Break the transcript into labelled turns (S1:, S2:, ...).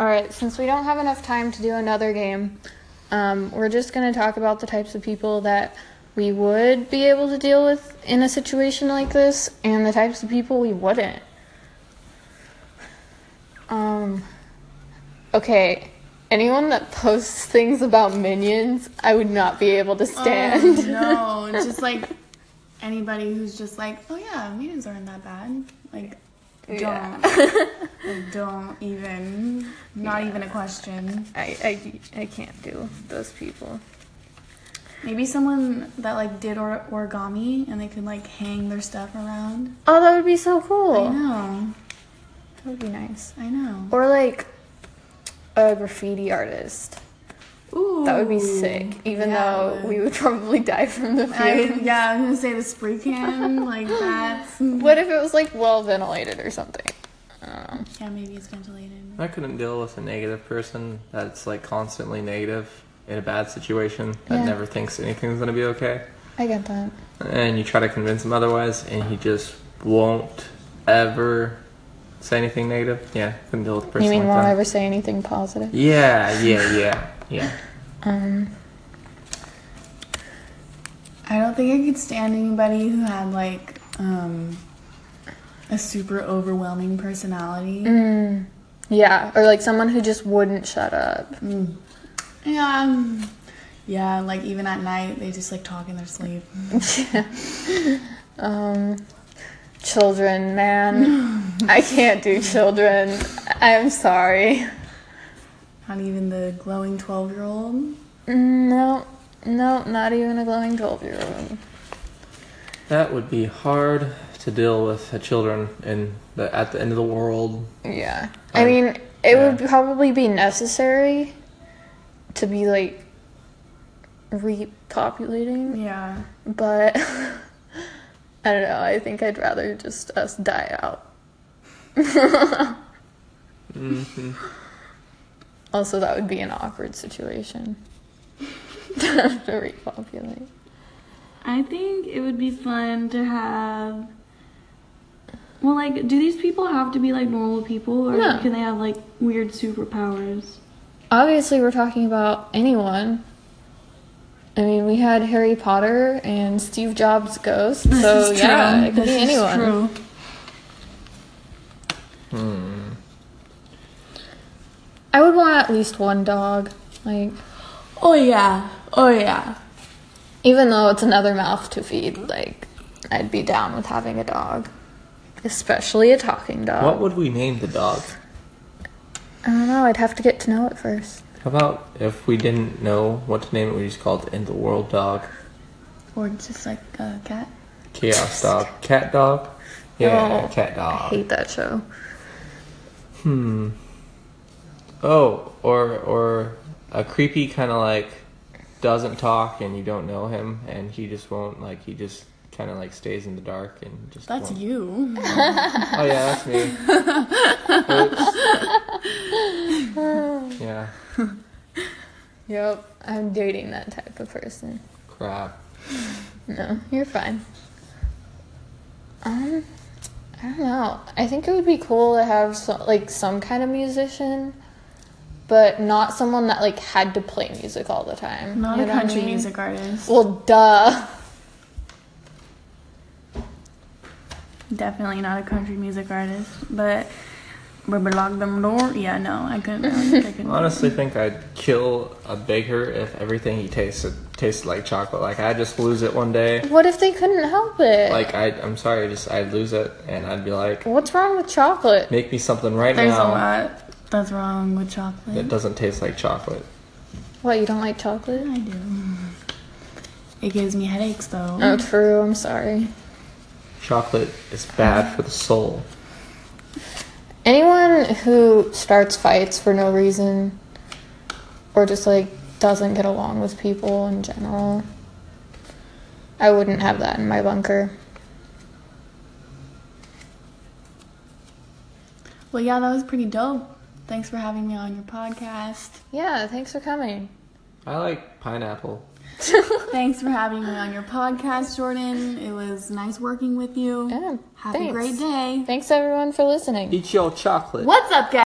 S1: All right, since we don't have enough time to do another game, um, we're just going to talk about the types of people that we would be able to deal with in a situation like this and the types of people we wouldn't. Um, okay, anyone that posts things about minions, I would not be able to stand.
S2: Oh, no, just like anybody who's just like, oh yeah, minions aren't that bad. Like, don't,
S1: Yeah.
S2: Like, don't even, not even a question.
S1: I, I, I can't do those people.
S2: Maybe someone that like did or- origami and they could like hang their stuff around.
S1: Oh, that would be so cool.
S2: I know,
S1: That would be nice.
S2: I know.
S1: Or like a graffiti artist.
S2: Ooh,
S1: That would be sick, even
S2: yeah.
S1: though we would probably die from the
S2: I,
S1: fumes.
S2: yeah, I was gonna say the spray can, like that's
S1: What if it was like well ventilated or something? Um, I don't know.
S2: yeah, maybe it's ventilated.
S3: I couldn't deal with a negative person that's like constantly negative in a bad situation that
S1: Yeah.
S3: never thinks anything's gonna be okay.
S1: I get that.
S3: And you try to convince him otherwise, and he just won't ever say anything negative. Yeah, couldn't deal with a person
S1: you mean
S3: like
S1: won't
S3: that.
S1: ever say anything positive?
S3: Yeah, yeah, yeah, yeah.
S1: Um,
S2: I don't think I could stand anybody who had like um a super overwhelming personality.
S1: mm, yeah, or like someone who just wouldn't shut up.
S2: Mm. Yeah. um, Yeah, like even at night they just like talk in their sleep.
S1: Um, children, man. I can't do children. I'm sorry.
S2: Not even the glowing 12-year-old.
S1: Mm, No, no, not even a glowing 12 year old.
S3: That would be hard to deal with uh, children in the, at the end of the world.
S1: Yeah. I
S3: Um,
S1: mean, it
S3: yeah.
S1: would probably be necessary to be like repopulating,
S2: Yeah.
S1: but I don't know. I think I'd rather just us die out.
S3: hmm
S1: Also, that would be an awkward situation to have to repopulate.
S4: I think it would be fun to have. Well, like, do these people have to be like normal people, or
S1: No.
S4: can they have like weird superpowers?
S1: Obviously, we're talking about anyone. I mean, we had Harry Potter and Steve Jobs' ghost, so yeah, it could be
S2: This is
S1: anyone.
S2: true.
S1: I would want at least one dog. Like,
S2: Oh yeah. Oh yeah.
S1: even though it's another mouth to feed, like, I'd be down with having a dog. Especially a talking dog.
S3: What would we name the dog?
S1: I don't know, I'd have to get to know it first.
S3: How about if we didn't know what to name it, we just called it End of the World Dog,
S2: Or just like a cat.
S3: Chaos Dog, Cat Dog? Yeah,
S1: No.
S3: Cat
S1: I
S3: Dog.
S1: hate that show.
S3: Hmm. Oh, or or a creepy kind of like doesn't talk and you don't know him and he just won't like he just kind of like stays in the dark and just
S2: That's
S3: won't-
S2: you.
S3: Oh yeah, that's me. Oops. yeah.
S1: Yep, I'm dating that type of person.
S3: Crap.
S1: No, you're fine. Um, I don't know. I think it would be cool to have so, like some kind of musician, but not someone that like had to play music all the time.
S2: Not
S1: You
S2: a
S1: know what I
S2: country
S1: mean?
S2: music artist.
S1: Well, duh.
S2: Definitely not a country music artist, but but lock them door. Yeah, no, I couldn't. I think I couldn't.
S3: Honestly, think I'd kill a baker if everything he tasted tasted like chocolate. Like I just lose it one day.
S1: What if they couldn't help it?
S3: Like I, I'm sorry, just I'd lose it and I'd be like,
S1: what's wrong with chocolate?
S3: make me something right
S2: there's a
S3: now.
S2: lot that's wrong with chocolate.
S3: It doesn't taste like chocolate.
S1: What, you don't like chocolate?
S2: I do. It gives me headaches though.
S1: Oh, true. I'm sorry.
S3: Chocolate is bad for the soul.
S1: Anyone who starts fights for no reason or just like doesn't get along with people in general, I wouldn't have that in my bunker.
S2: Well, yeah, that was pretty dope. Thanks for having me on your podcast.
S1: Yeah, thanks for coming.
S3: I like pineapple.
S2: Thanks for having me on your podcast, Jordan. It was nice working with you.
S1: Yeah,
S2: Have
S1: thanks.
S2: a great day.
S1: Thanks everyone for listening.
S3: Eat your chocolate.
S2: What's up, guys?